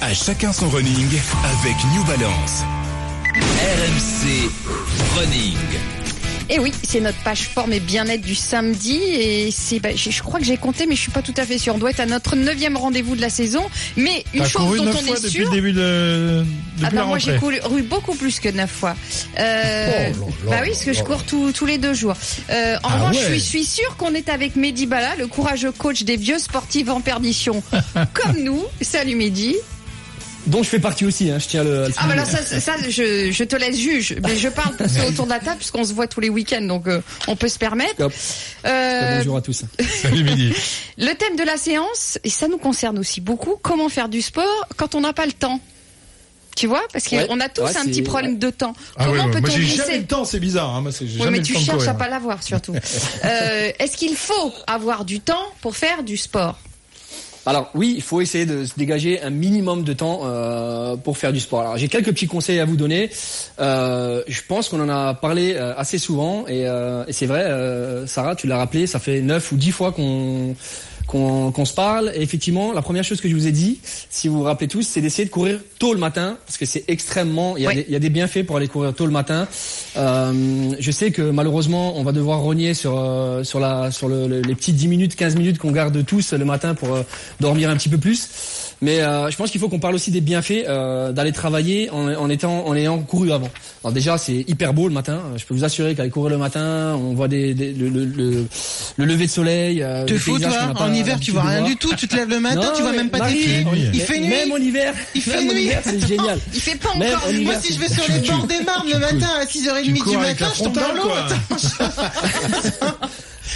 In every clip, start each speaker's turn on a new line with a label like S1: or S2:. S1: À chacun son running avec New Balance.
S2: RMC Running.
S3: Et Eh oui, c'est notre page forme et bien-être du samedi. Et c'est, bah, je je crois que j'ai compté, mais je suis pas tout à fait sûre. On doit être à notre neuvième rendez-vous de la saison. Mais une
S4: T'as
S3: chose
S4: couru
S3: dont
S4: neuf
S3: on
S4: fois
S3: est
S4: depuis le
S3: sûr.
S4: début de depuis
S3: Ah
S4: la
S3: bah moi j'ai
S4: rentrée.
S3: couru couru beaucoup plus que neuf fois. Euh,
S4: Oh là là
S3: bah oui parce que je
S4: là
S3: cours tous tous les deux jours. Euh, en
S4: Ah
S3: revanche je
S4: ouais.
S3: suis, je suis sûre qu'on est avec Mehdi Bala, le courageux coach des vieux sportifs en perdition comme nous. Salut Mehdi.
S5: dont je fais partie aussi, hein, je tiens à le, à le
S3: Ah bah
S5: souligner.
S3: alors ça, ça je, je te laisse juge, mais je parle pour ceux autour de la table puisqu'on se voit tous les week-ends donc euh, on peut se permettre.
S5: Stop.
S3: Euh,
S5: Bonjour à tous.
S4: Salut Mehdi.
S3: le thème de la séance et ça nous concerne aussi beaucoup. Comment faire du sport quand on n'a pas le temps. Tu vois parce qu'on
S5: Ouais.
S3: a tous
S5: Ouais,
S3: un
S5: c'est-
S3: petit problème de temps.
S4: Ah ouais,
S3: Comment
S4: ouais. Moi
S3: peut-on
S4: j'ai
S3: glisser
S4: jamais le temps, c'est bizarre. Hein. Moi, c'est- j'ai
S3: Oui,
S4: jamais
S3: mais
S4: le
S3: tu
S4: temps de
S3: cherches
S4: courir.
S3: à pas l'avoir surtout. Euh, Est-ce qu'il faut avoir du temps pour faire du sport
S5: Alors oui, il faut essayer de se dégager un minimum de temps euh, pour faire du sport. Alors j'ai quelques petits conseils à vous donner. Euh, je pense qu'on en a parlé euh, assez souvent et, euh, et c'est vrai, euh, Sarah, tu l'as rappelé, ça fait 9 ou 10 fois qu'on qu'on qu'on se parle. Et effectivement, la première chose que je vous ai dit, si vous vous rappelez tous, c'est d'essayer de courir tôt le matin parce que c'est extrêmement, il y, a
S3: Ouais.
S5: des, il y a des bienfaits pour aller courir tôt le matin. Euh, je sais que malheureusement, on va devoir rogner sur euh, sur la sur le- le- les petites 10 minutes, 15 minutes qu'on garde tous le matin pour euh, dormir un petit peu plus. Mais euh, je pense qu'il faut qu'on parle aussi des bienfaits euh, d'aller travailler en, en étant en ayant couru avant. Alors déjà, c'est hyper beau le matin. Je peux vous assurer qu'aller courir le matin, on voit des, des- le, le, le- le lever de soleil. euh,
S6: Te
S5: des
S6: fous,
S5: paysages qu'on
S6: toi
S5: n'a pas
S6: En hiver,
S5: l'habitude
S6: tu vois
S5: de
S6: rien
S5: voir.
S6: du tout. Tu te lèves le matin,
S5: Non,
S6: tu vois
S5: mais
S6: même pas tes
S5: Marie,
S6: pieds.
S4: oui.
S6: Il fait nuit.
S5: Même en hiver,
S6: Il fait
S5: même en
S6: nuit.
S5: hiver, c'est génial.
S3: Il fait pas
S5: Même
S3: encore
S5: en
S3: nuit.
S6: Moi,
S5: hiver,
S6: si je vais sur les
S4: tu-
S6: bords des marnes le matin à 6h30
S4: cours
S6: du
S4: avec la
S6: matin, je tombe dans
S4: frontale,
S6: l'eau.
S4: quoi.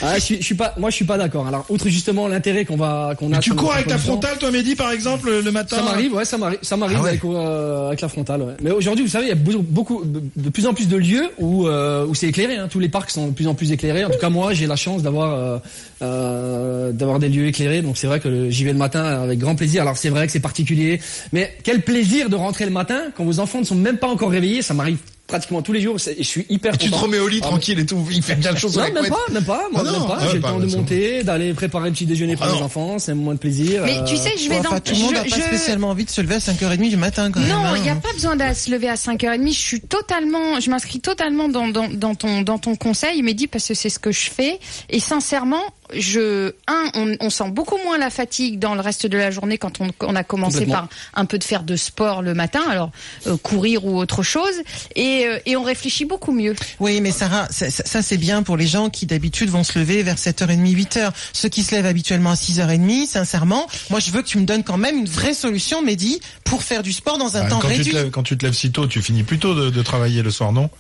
S5: Ah, je, suis, je suis pas, moi, je suis pas d'accord. Alors, outre justement l'intérêt qu'on va, qu'on a.
S4: Mais tu
S5: sur
S4: cours
S5: notre
S4: avec ta
S5: emploi du temps,
S4: frontale, toi Mehdi, par exemple, le matin
S5: Ça m'arrive, ouais, ça m'arrive, ça m'arrive
S4: Ah ouais.
S5: avec, euh, avec la frontale. ouais. Mais aujourd'hui, vous savez, il y a beaucoup- beaucoup, de plus en plus de lieux où, euh, où c'est éclairé. hein. Tous les parcs sont de plus en plus éclairés. En tout cas, moi, j'ai la chance d'avoir euh, euh, d'avoir des lieux éclairés. Donc, c'est vrai que le- j'y vais le matin avec grand plaisir. Alors, c'est vrai que c'est particulier, mais quel plaisir de rentrer le matin quand vos enfants ne sont même pas encore réveillés. Ça m'arrive pratiquement tous les jours. C'est- Je suis hyper.
S4: Et tu te
S5: content.
S4: remets au lit
S5: Ah,
S4: tranquille et tout. Il fait bien de choses
S5: non,
S4: avec
S5: même
S4: couette.
S5: pas, même pas,
S4: Ah
S5: moi,
S4: non,
S5: même pas.
S4: ah ouais,
S5: J'ai le
S4: pas,
S5: temps
S4: bah,
S5: de
S4: c'est
S5: monter, d'aller préparer le petit déjeuner pour
S4: Ah
S5: les
S4: non.
S5: enfants, c'est un moment de plaisir.
S3: Mais
S5: euh,
S3: tu sais, je vais dans.
S6: Enfin, tout le monde n'a
S3: je-
S6: pas
S3: je-
S6: spécialement envie de se lever à 5h30 du matin, quand même.
S3: Non,
S6: hein.
S3: il n'y a pas besoin de se lever à 5h30. Je suis totalement, je m'inscris totalement dans, dans, dans ton, dans ton conseil, Mehdi, parce que c'est ce que je fais. Et sincèrement, je, un, on, on sent beaucoup moins la fatigue dans le reste de la journée quand on, on a commencé
S5: Complètement.
S3: par un peu de faire de sport le matin, alors euh, courir ou autre chose, et, euh, et on réfléchit beaucoup mieux.
S6: Oui, mais Sarah, ça, ça- ça, c'est bien pour les gens qui d'habitude vont se lever vers 7h30, 8h. Ceux qui se lèvent habituellement à 6h30, sincèrement, moi je veux que tu me donnes quand même une vraie solution, Mehdi, pour faire du sport dans un
S4: Ah,
S6: temps
S4: quand, tu
S6: réduit.
S4: te lèves, quand tu te lèves si tôt, tu finis plus tôt de, de travailler le soir, non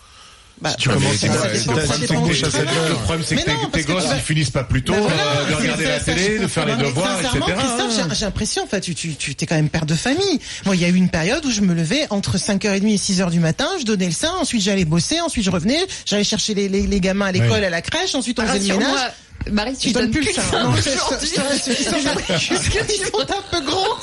S6: Bah,
S4: Si tu commences
S6: ça-
S4: à- c'est-
S6: ça dépend-
S4: c'est-
S6: ça
S4: c'est-
S6: dépend
S4: c'est-
S6: où
S4: c'est-
S6: tu
S4: c'est-
S6: travailles.
S7: Le problème, c'est
S6: Mais
S7: que tes-
S6: non,
S7: tes
S6: parce que
S7: gosses,
S6: tu vas-
S7: ils finissent pas plus tôt,
S6: Bah voilà,
S7: euh, de
S6: c'est-
S7: regarder
S6: c'est-
S7: la
S6: c'est-
S7: télé, de faire les
S6: Non, mais
S7: devoirs,
S6: sincèrement,
S7: etc.
S6: Christophe, j'ai- j'ai l'impression, enfin, tu, tu, tu t'es quand même père de famille. Moi, il y a eu une période où je me levais entre 5h30 et 6h du matin, je donnais le sein, ensuite j'allais bosser, ensuite je revenais, j'allais chercher les, les, les gamins à l'école,
S4: Ouais.
S6: à la crèche, ensuite on faisait le
S3: Rassure-moi,
S6: ménage.
S3: Marie, Ah, tu
S6: Je
S3: donnes plus le
S6: sein.
S3: sein
S6: Non, je- je-
S3: aujourd'hui.
S6: je- je- Ils sont- ils sont un peu gros.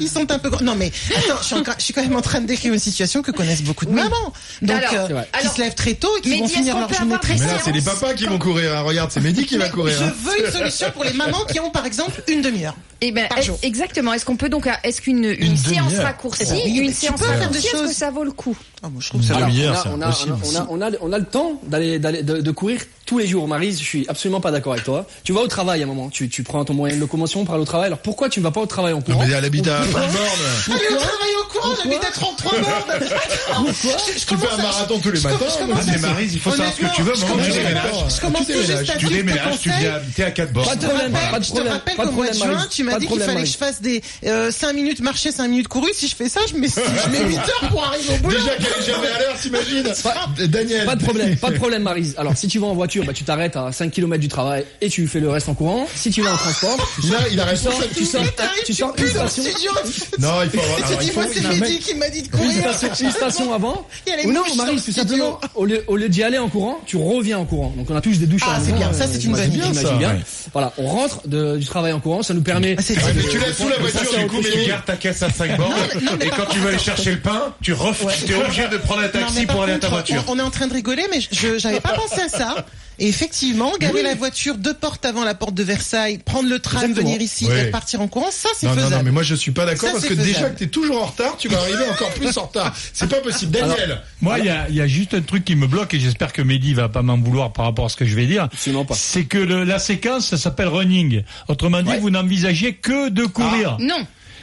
S6: Ils sont un peu gros. Non mais attends, je suis, encore- je suis quand même en train de décrire une situation que connaissent beaucoup de
S3: Oui.
S6: mamans. Donc
S3: Alors,
S6: euh,
S3: c'est vrai.
S6: qui
S3: alors-
S6: se lèvent très tôt et qui
S3: Mais
S6: vont
S3: dis, est-ce
S6: finir
S3: qu'on
S6: leur
S3: peut
S6: journée
S3: avoir
S6: très
S3: des
S4: Mais là, c'est les
S3: séances
S4: papas qui vont courir. hein. Regarde, c'est Mehdi qui va courir.
S6: je
S4: hein.
S6: veux une solution pour les mamans qui ont par exemple une demi-heure.
S3: Eh ben,
S6: Par
S3: est-
S6: jour.
S3: exactement. Est-ce qu'on peut donc, est-ce qu'une une
S4: Une
S3: séance
S4: demi-heure.
S3: raccourcie,
S6: Eh ben,
S3: une
S6: tu
S3: séance
S6: peux faire des
S3: raccourcie, est-ce que
S6: choses.
S3: ça vaut le coup
S6: Ah, moi, je trouve
S4: Une
S6: ça.
S5: Alors,
S4: demi-heure,
S5: on a-
S4: c'est
S5: on a-
S4: impossible.
S5: on a- on a- on a le temps d'aller, d'aller- de, de courir tous les jours. Marise, je suis absolument pas d'accord avec toi. Tu vas au travail à un moment. Tu, tu prends ton moyen de locomotion pour aller au travail. Alors pourquoi tu ne vas pas au travail en courant
S4: Mais à l'habitat,
S5: Pourquoi-
S4: pas de borne.
S6: Allez, au travail au courant, j'habite à 33 bornes. Attends, je- je
S4: Tu fais
S6: commence
S4: un
S6: à-
S4: marathon tous les
S6: je com-
S4: matins.
S6: je
S4: moi.
S6: commence
S7: mais
S6: à-
S7: Maryse, il faut savoir ce que tu veux,
S6: Honnêtement,
S7: mais on
S6: je
S7: déménage.
S6: commence- Je commence
S4: Tu
S6: tout juste
S4: déménages,
S6: à
S7: Tu
S6: suivre tes
S7: déménages, tu
S6: conseils.
S7: viens habiter à quatre bords.
S5: Pas de
S6: Je te
S5: problème,
S6: rappelle-
S5: pas de
S6: je te
S5: problème,
S6: rappelle
S5: pas de
S6: qu'au mois de
S5: problème,
S6: juin,
S5: Marie.
S6: tu m'as
S5: Pas de
S6: dit qu'il
S5: problème,
S6: fallait que
S5: Marie.
S6: je fasse des 5 minutes marcher, 5 minutes courir. Si je fais ça, je mets, je mets 8 heures pour arriver au boulot.
S4: Déjà qu'elle est jamais à l'heure, t'imagines Daniel.
S5: Pas de problème, pas de problème, Marise. Alors, si tu vas en voiture, bah, tu t'arrêtes à 5 km du travail et tu fais le reste en courant. Si tu vas en transport,
S4: Il a, il a
S5: tu sors,
S4: responsable.
S5: tu sors,
S6: Mais t'arrives,
S5: tu
S6: tu
S5: sors une
S6: pues dans le
S5: station. Ah,
S6: studio.
S4: Non, il faut avoir. alors,
S6: Tu
S4: il
S6: dis, moi,
S4: faut-
S6: c'est
S4: non, mais-
S6: Mehdi qui m'a dit de
S5: Une
S6: courir.
S5: station, une station avant.
S6: Il y a les
S5: Ou non,
S6: mouches dans le
S5: Marie, tout
S6: studio.
S5: simplement, au lieu, au lieu d'y aller en courant, tu reviens en courant. Donc on a tous des douches
S6: Ah,
S5: à la
S6: c'est
S5: maison,
S6: bien, ça,
S5: euh,
S6: c'est une
S5: j'imagine-
S6: bonne idée.
S5: j'imagine
S4: Ça,
S5: bien.
S4: ouais.
S5: Voilà, on rentre de- du travail en courant, ça nous permet.
S6: Ah, c'est-
S4: Ouais, mais tu laisses sous la voiture, du coup,
S7: Tu
S4: Mehdi.
S7: gardes ta caisse à 5 bornes et quand tu veux aller chercher le pain, tu ref... es obligé de prendre un
S6: Non, mais
S7: taxi
S6: par
S7: pour aller à ta
S6: contre,
S7: voiture.
S6: On, on est en train de rigoler, mais je- je j'avais pas pensé à ça. Et effectivement, garer la voiture deux portes avant la porte de Versailles, prendre le tram,
S5: Exactement.
S6: venir ici
S4: Ouais.
S6: et partir en courant, ça c'est
S4: Non, non, non, mais
S6: faisable.
S4: moi je suis pas d'accord
S6: Ça,
S4: parce
S6: c'est
S4: que déjà
S6: faisable.
S4: que t'es toujours en retard, tu vas arriver encore plus en retard. C'est pas possible. Daniel,
S8: Moi, il y a, il y a juste un truc qui me bloque et j'espère que Mehdi va pas m'en vouloir par rapport à ce que je vais dire.
S5: Absolument pas.
S8: C'est que le- la séquence, ça s'appelle running. Autrement dit, vous n'envisagez que
S5: Ah.
S8: de courir.
S3: Non.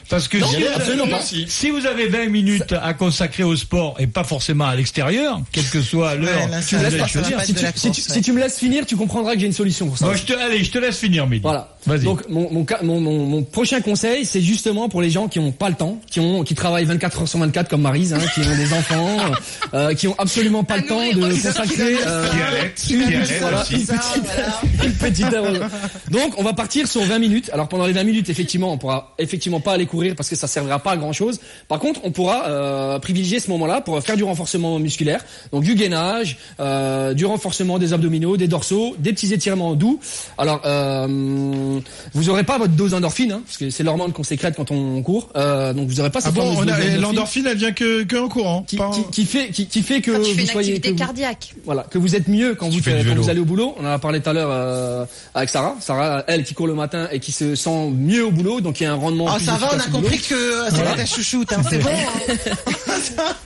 S8: Parce que si,
S4: il y a
S8: vous-
S4: absolument pas. Si.
S8: si vous avez 20 minutes à consacrer au sport et pas forcément à l'extérieur, quelle que soit l'heure,
S6: là, ça
S8: tu vous
S6: va
S8: allez
S6: pas, ça va
S8: choisir.
S6: pas.
S5: Si
S6: de
S5: tu,
S6: la
S5: si tu-
S6: course, ouais.
S5: si tu me laisses finir, tu comprendras que j'ai une solution pour ça.
S8: Bon, je te, allez, je te laisse finir, Mehdi.
S5: Voilà.
S8: Vas-y.
S5: Donc mon, mon, ca- mon, mon, mon prochain conseil, c'est justement pour les gens qui ont pas le temps, qui ont qui travaillent 24 heures sur 24 comme Marise, hein, qui ont des enfants, euh, qui ont absolument pas
S3: À
S5: le temps
S3: nourrir
S5: de
S3: aussi.
S5: consacrer euh,
S7: Dialette,
S5: une,
S7: dialette
S5: voilà,
S7: aussi.
S5: une petite, une petite heure. Donc on va partir sur 20 minutes. Alors pendant les 20 minutes, effectivement, on pourra effectivement pas aller courir parce que ça servira pas à grand chose. Par contre, on pourra euh, privilégier ce moment-là pour faire du renforcement musculaire, donc du gainage, euh, du renforcement des abdominaux, des dorsaux, des petits étirements doux. Alors euh, vous aurez pas votre dose d'endorphine, hein, parce que c'est l'hormone qu'on sécrète quand on court. Euh, donc vous aurez pas
S4: Ah
S5: cette
S4: bon,
S5: fameuse
S4: on
S5: dose
S4: a-
S5: d'endorphine
S4: l'endorphine, elle vient que, que en courant.
S5: qui,
S4: pas en-
S5: qui, qui fait qui, qui fait que
S3: Quand
S5: Euh, vous
S3: tu fais une
S5: soyez que
S3: activité
S5: vous-
S3: cardiaque.
S5: voilà, que vous êtes mieux quand vous,
S4: fais du
S5: quand
S4: vélo.
S5: vous allez au boulot. On en a parlé tout à l'heure euh, avec Sarah. Sarah, elle qui court le matin et qui se sent mieux au boulot, donc il y a un rendement.
S6: Ah
S5: plus
S6: ça va, on
S5: efficace au
S6: a
S5: boulot.
S6: compris que euh, c'est pas ta chouchoute, hein, c'est bon.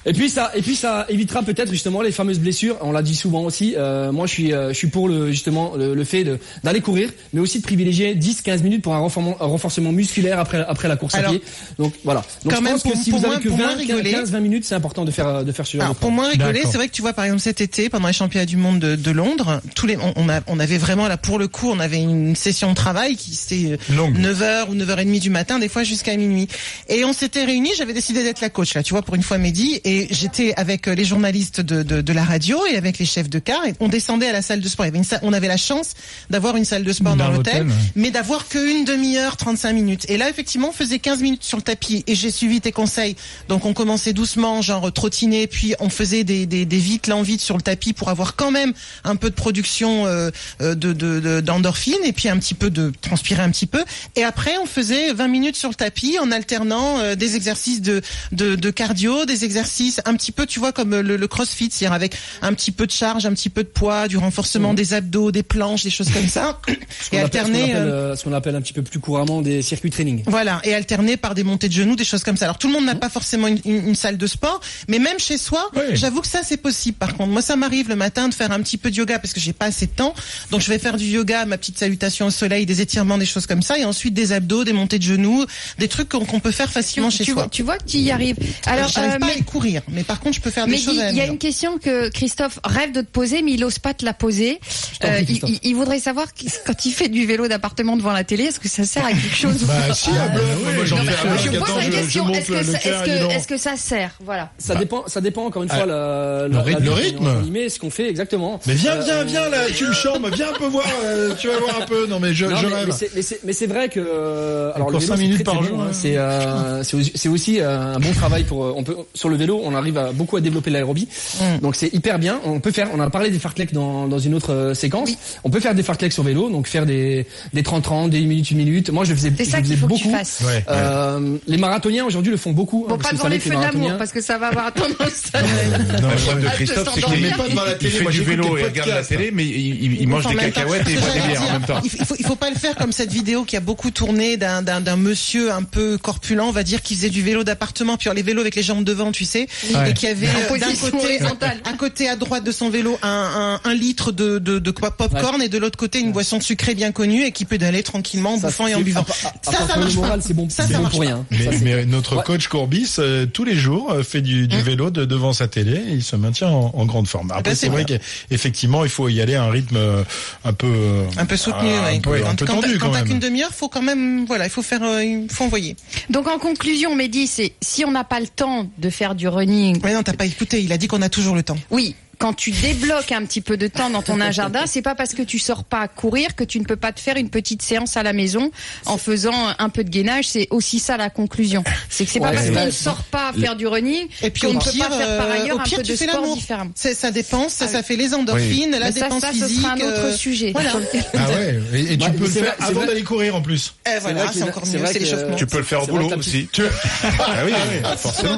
S5: Et puis ça, et puis ça évitera peut-être justement les fameuses blessures. On l'a dit souvent aussi. Euh, moi, je suis, euh, je suis pour le justement le, le fait de- d'aller courir, mais aussi de privilégier 10-15 minutes pour un renforcement, un renforcement musculaire après après la course
S6: Alors,
S5: à pied. Donc voilà. Donc
S6: quand
S5: je
S6: même,
S5: pense
S6: pour-
S5: que si
S6: pour
S5: vous
S6: moins-
S5: avez que
S6: pour moins
S5: 20,
S6: rigoler.
S5: 15-20 minutes, c'est important de faire euh, de faire ce genre
S6: Alors,
S5: de
S6: pour
S5: programme.
S6: moins rigoler,
S8: D'accord.
S6: c'est vrai que tu vois par exemple cet été pendant les championnats du monde de, de Londres, tous les on, on a- on avait vraiment là pour le coup, on avait une session de travail qui c'était
S8: Longue.
S6: 9h ou 9h30 du matin, des fois jusqu'à minuit. Et on s'était réunis, j'avais décidé d'être la coach là, tu vois pour une fois Mehdi et j'étais avec euh, les journalistes de, de, de la radio et avec les chefs de car et on descendait à la salle de sport. Il y avait une salle- on avait la chance d'avoir une salle de sport dans,
S8: Dans l'hôtel,
S6: l'hôtel,
S8: ouais.
S6: mais d'avoir qu'une demi-heure, 35 minutes. Et là, effectivement, on faisait 15 minutes sur le tapis et j'ai suivi tes conseils. Donc, on commençait doucement, genre trottiner, puis on faisait des, des, des vite l'envite sur le tapis pour avoir quand même un peu de production euh, euh, de de- de- d'endorphine et puis un petit peu de transpirer un petit peu. Et après, on faisait 20 minutes sur le tapis en alternant euh, des exercices de, de, de cardio, des exercices un petit peu, tu vois, comme le, le crossfit, c'est-à-dire avec un petit peu de charge, un petit peu de poids, du renforcement des abdos, des planches, des choses comme ça.
S5: Ce qu'on
S6: et
S5: appelle- ce qu'on
S6: alterner.
S5: appelle,
S6: euh,
S5: euh, ce qu'on appelle un petit peu plus couramment des circuits training.
S6: voilà, et alterner par des montées de genoux, des choses comme ça. Alors tout le
S5: Hein
S6: monde n'a pas forcément une, une- une salle de sport, mais même chez soi,
S8: Oui.
S6: j'avoue que ça c'est possible. Par contre, moi ça m'arrive le matin de faire un petit peu de yoga parce que j'ai pas assez de temps, donc je vais faire du yoga, ma petite salutation au soleil, des étirements, des choses comme ça, et ensuite des abdos, des montées de genoux, des trucs qu'on qu'on peut faire
S3: Tu,
S6: facilement chez
S3: tu
S6: soi.
S3: vois, tu vois que tu y arrives. Alors,
S6: j'arrive
S3: euh,
S6: pas à
S3: mais-
S6: aller courir, mais par contre je
S5: Ah,
S6: peux faire des
S3: Mais
S6: choses. à la
S3: il y a
S6: maison.
S3: une question que Christophe rêve de te poser, mais il n'ose pas te la poser.
S5: t'en
S3: Euh,
S5: prie,
S3: il,
S5: Christophe.
S3: il- il voudrait savoir qu- quand il fait du vélo d'appartement devant la télé, est-ce que ça sert à quelque chose ou
S4: Bah
S3: pas
S4: si, à bluff. Moi j'en
S3: Non,
S4: fais
S3: mais
S4: un bloc.
S3: Je pose
S4: Attends,
S3: la
S4: je- je
S3: question.
S4: monte
S3: Est-ce
S4: le
S3: que, ça-
S4: cœur,
S3: est-ce
S4: dis
S3: que,
S4: donc.
S3: est-ce que ça sert Voilà.
S5: Ça dépend, ça dépend encore une fois la,
S4: Bah, euh, le
S5: la-
S4: rythme.
S5: la-
S4: Le rythme.
S5: animée, ce qu'on fait exactement.
S4: Mais viens,
S5: Euh,
S4: viens, viens là, tu me chambres, viens un peu voir, euh, tu vas voir un peu. Non mais je,
S5: non,
S4: je
S5: mais, mais
S4: rêve.
S5: c'est- mais c'est- mais c'est vrai que euh, alors
S4: court
S5: le vélo,
S4: cinq
S5: c'est
S4: minutes
S5: très,
S4: par
S5: très
S4: jour,
S5: bon, hein.
S4: ouais.
S5: c'est euh, c'est aussi- c'est aussi euh, un bon travail pour euh, on peut sur le vélo on arrive à beaucoup à développer l'aérobie
S6: Mm.
S5: donc c'est hyper bien on peut faire on a parlé des fartleks dans, dans une autre euh, séquence on peut faire des fartleks sur vélo donc faire des des 30 30 des 1 minute 1 minute moi je le faisais,
S3: C'est
S5: je
S3: ça
S5: le faisais
S3: qu'il faut que tu
S5: beaucoup
S3: fasses.
S4: Ouais.
S5: Euh, les marathoniens aujourd'hui le font beaucoup hein,
S3: Bon,
S5: parce
S3: pas
S5: que
S3: devant
S5: vous savez
S3: les
S5: que les
S3: feux de l'amour,
S5: marathoniens-
S3: parce que ça va avoir tendance. à-
S7: La faute de
S3: Ah, je te
S7: Christophe,
S3: sens
S7: c'est
S4: Il
S7: qu'il
S4: met
S3: dormir.
S4: pas devant la
S7: il
S4: télé,
S7: fait
S4: moi
S7: du
S4: j'écoute
S7: vélo
S4: des
S7: et regarde la
S4: podcasts.
S7: télé, mais il, il- il
S6: On
S7: mange des
S6: parle même pas.
S7: cacahuètes et
S6: C'est ce
S7: boit
S6: que
S7: des
S6: j'allais
S7: bières en
S6: dire.
S7: même temps.
S6: Il faut, il faut- il faut pas le faire comme cette vidéo qui a beaucoup tourné d'un, d'un, d'un monsieur un peu corpulent, on va dire, qui faisait du vélo d'appartement, puis alors les vélos avec les jambes devant, tu sais, et qui avait euh, d'un
S3: position
S6: côté,
S3: horizontale.
S6: à côté à droite de son vélo un, un, un litre de, de, de quoi, popcorn, et de l'autre côté une boisson sucrée bien connue et qui pédalait tranquillement en
S5: Ça, Ah,
S6: bouffant et en
S5: c'est-
S6: buvant.
S5: à part- à
S6: ça,
S5: part
S6: ça
S5: pour le
S6: marche pas.
S5: moral, c'est bon,
S6: Ça,
S5: c'est
S6: ça
S5: bon
S6: marche
S5: pour
S6: pas.
S5: rien
S4: Mais,
S5: Ça, c'est-
S4: mais notre
S5: Ouais.
S4: coach Courbis, euh, tous les jours, euh, fait du, du vélo de, devant sa télé et il se maintient en, en grande forme. Après,
S6: ben,
S4: c'est
S6: c'est
S4: vrai qu'effectivement, il faut y aller à un rythme euh, un peu... euh,
S6: Un peu soutenu,
S4: un
S6: ouais.
S4: peu- un
S6: quand,
S4: peu
S6: quand t'as-
S4: tendu
S6: quand
S4: quand
S6: t'as
S4: même.
S6: qu'une demi-heure, faut quand même, voilà, il faut faire, euh, il faut envoyer.
S3: Donc en conclusion, Mehdi, c'est si on n'a pas le temps de faire du running,
S6: Mais non, t'as pas écouté. Il a dit qu'on a toujours le temps.
S3: oui. Quand tu débloques un petit peu de temps dans ton agenda, c'est pas parce que tu sors pas à courir que tu ne peux pas te faire une petite séance à la maison en faisant un peu de gainage. C'est aussi ça la conclusion. C'est que c'est pas
S5: Ouais,
S3: parce
S5: c'est
S3: qu'on ne
S5: vrai.
S3: sort pas faire du running
S6: Et puis
S3: qu'on
S6: au
S3: ne peut
S6: pire,
S3: pas faire par
S6: euh,
S3: ailleurs
S6: au
S3: un
S6: pire,
S3: peu
S6: tu
S3: de
S6: fais
S3: sport
S6: l'amour.
S3: différent.
S6: C'est- Ça dépense, ça, ça fait les endorphines, la
S3: Mais ça,
S6: dépense
S3: ça, ce
S6: physique.
S3: sera un autre
S6: euh,
S3: sujet.
S6: Voilà.
S3: sur lequel-
S4: Ah ouais, et, et tu
S5: Ouais,
S4: peux le
S5: Bah, c'est
S4: faire
S5: vrai- c'est
S4: avant
S5: vrai-
S4: d'aller courir en plus.
S6: Eh, voilà,
S5: vrai
S6: c'est
S5: que-
S6: encore
S5: ah, c'est
S6: mieux,
S5: vrai
S6: c'est
S5: que-
S6: l'échauffement.
S7: Tu peux le faire au
S5: C'est vrai que
S7: boulot
S5: la petite-
S7: aussi. Tu- Ah oui, oui, forcément.
S4: Ouais,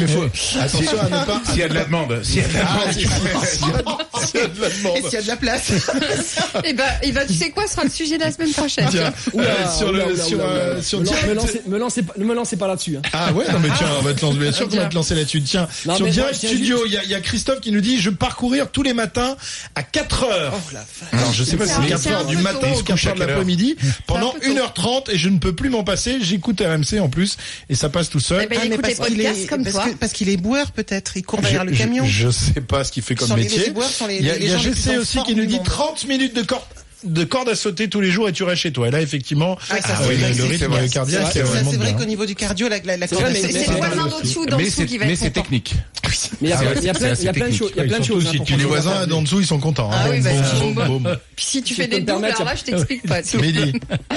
S4: mais faut- attention à ne pas. Ah,
S7: S'il y a de la demande, s'il y a de la demande, tu
S6: Et s'il y a de la place.
S3: Eh ben, eh ben, tu sais quoi, ce sera le sujet de la semaine prochaine.
S4: Tiens, euh, sur le,
S5: Oula, oula,
S4: sur,
S5: oula,
S4: euh,
S5: oula.
S4: sur
S5: Me lan-
S4: direct.
S5: me lancez- me lancez pas- Ne me lancez pas là-dessus. hein.
S4: Ah ouais, non mais tiens, on va te lancer, bien sûr qu'on va te lancer là-dessus. Tiens,
S5: Non,
S4: sur
S5: mais
S4: Direct
S5: moi, je tiens
S4: Studio, il y, a- il y a Christophe qui nous dit je pars courir tous les matins à 4 heures.
S5: Oh.
S4: Alors je sais pas si
S3: C'est
S4: c'est
S3: un-
S4: 4
S3: c'est un
S4: heures du
S3: peu
S4: matin
S3: tôt.
S4: ou 4 heures de l'après-midi pendant
S3: C'est un peu tôt.
S4: 1h30 et je ne peux plus m'en passer, j'écoute RMC en plus et ça passe tout seul.
S3: Eh ben, il
S6: mais
S3: écoute les
S6: parce qu'il
S3: podcasts
S6: est,
S3: comme
S6: parce
S3: toi.
S6: que- parce qu'il est boueur peut-être, il court derrière
S4: je,
S6: le camion.
S4: Je, je sais pas ce qu'il fait comme
S6: Sont les- les
S4: métier.
S6: éboueurs sont les-
S4: il y a,
S6: les
S4: il y a
S6: gens les
S4: GC
S6: plus en
S4: aussi
S6: forme
S4: qui nous
S6: du
S4: dit
S6: monde.
S4: 30 minutes de corde de corde à sauter tous les jours et tu restes chez toi. Et là, effectivement,
S6: Ah, ça,
S4: euh,
S6: c'est
S4: le-
S6: vrai,
S4: le
S6: c'est
S4: rythme
S6: efficace.
S4: cardiaque
S6: Ça,
S4: est vraiment
S6: c'est vrai
S4: bien.
S6: qu'au niveau du cardio, la, la, la
S5: C'est vrai,
S6: corde,
S5: mais-
S6: c'est-
S5: mais-
S3: C'est
S6: c'est-
S3: le voisin
S4: mal
S3: d'en
S4: aussi.
S3: dessous, d'en dessous qui va être content.
S7: technique.
S5: Mais il y a
S4: Ah
S5: plein-
S4: ouais,
S5: il y a
S7: c'est
S5: plein-
S7: assez
S5: il y a plein de
S7: technique.
S5: choses. Il y a plein de
S8: Surtout
S5: choses.
S8: si
S5: hein, pour
S8: tu
S4: Et les
S5: faire ça.
S4: voisins d'en dessous, ils sont contents. hein.
S3: Ah oui, bah,
S4: Boum,
S3: si tu
S4: boum,
S3: me-
S4: boum.
S3: Puis si tu
S5: Si
S3: fais
S5: je
S3: des
S5: peux me
S3: doubles,
S5: permettre,
S3: alors là,
S5: il y
S3: je t'explique pas. tout.
S4: Mehdi.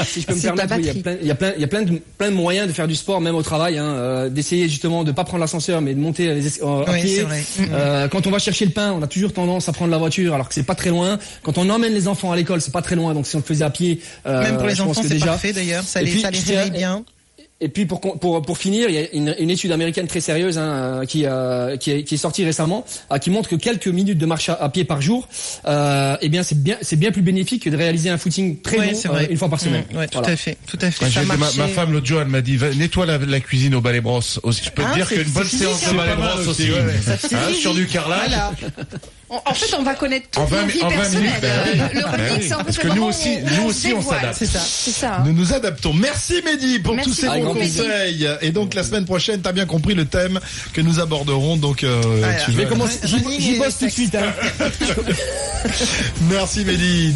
S5: si je peux me
S3: C'est ta
S5: permettre, oui, il y a
S3: batterie.
S5: plein, il y a plein, il y a plein de, plein de moyens de faire du sport, même au travail, hein, euh, d'essayer justement de pas prendre l'ascenseur, mais de monter les es- euh, à
S6: Oui,
S5: pied.
S6: c'est vrai.
S5: Euh, quand on va chercher le pain, on a toujours tendance à prendre la voiture, alors que c'est pas très loin. Quand on emmène les enfants à l'école, c'est pas très loin, donc si on le faisait à pied, euh,
S6: Même pour les
S5: je pense
S6: enfants,
S5: que
S6: c'est
S5: déjà-
S6: parfait d'ailleurs, ça
S5: Et
S6: les
S5: puis,
S6: ça les
S5: je dirais-
S6: réveille bien.
S5: et puis pour con- pour pour finir, il y a une, une étude américaine très sérieuse hein, euh, qui euh, qui, est, qui est sortie récemment, euh, qui montre que quelques minutes de marche à, à pied par jour, euh, eh bien c'est bien c'est bien plus bénéfique que de réaliser un footing très
S6: Ouais,
S5: long
S6: c'est vrai.
S5: euh, une fois par semaine.
S6: Mm, ouais, tout
S5: Voilà.
S6: à fait, tout à fait.
S7: Moi,
S6: Ça
S7: j'ai- ma,
S6: marchait.
S7: ma femme l'autre jour elle m'a dit va- nettoie la, la cuisine au balai brosse aussi. Je peux
S6: Ah,
S7: te dire
S6: c'est-
S7: qu'une bonne
S6: c'est physique,
S7: séance
S6: hein.
S7: de balai
S4: C'est pas mal
S7: brosse
S4: aussi,
S7: aussi,
S4: ouais, ouais.
S7: Hein,
S6: C'est physique.
S7: sur du carrelage.
S6: Voilà.
S3: En, en fait, on va connaître toute
S7: En
S3: nos
S7: 20
S3: vies
S7: en 20
S3: personnelles.
S7: minutes, bah oui.
S3: Euh, Le
S7: Bah
S3: running,
S7: oui.
S3: c'est en
S7: Parce
S3: fait
S7: que nous
S3: vraiment,
S7: aussi-
S3: on-
S7: nous aussi, on
S3: dévoile.
S7: s'adapte.
S6: C'est ça.
S3: C'est ça. hein.
S4: Nous nous adaptons. Merci Mehdi pour
S3: Merci
S4: tous ces
S3: beaucoup,
S4: bons
S3: Mehdi.
S4: conseils. Et donc la semaine prochaine, t'as bien compris le thème que nous aborderons. Donc euh,
S6: Voilà.
S4: tu
S5: Je vais
S4: vas-
S5: commencer. j'y-
S6: Running
S5: J'y
S6: et
S5: bosse tout de
S6: sexe.
S5: suite. hein.
S4: Merci Mehdi.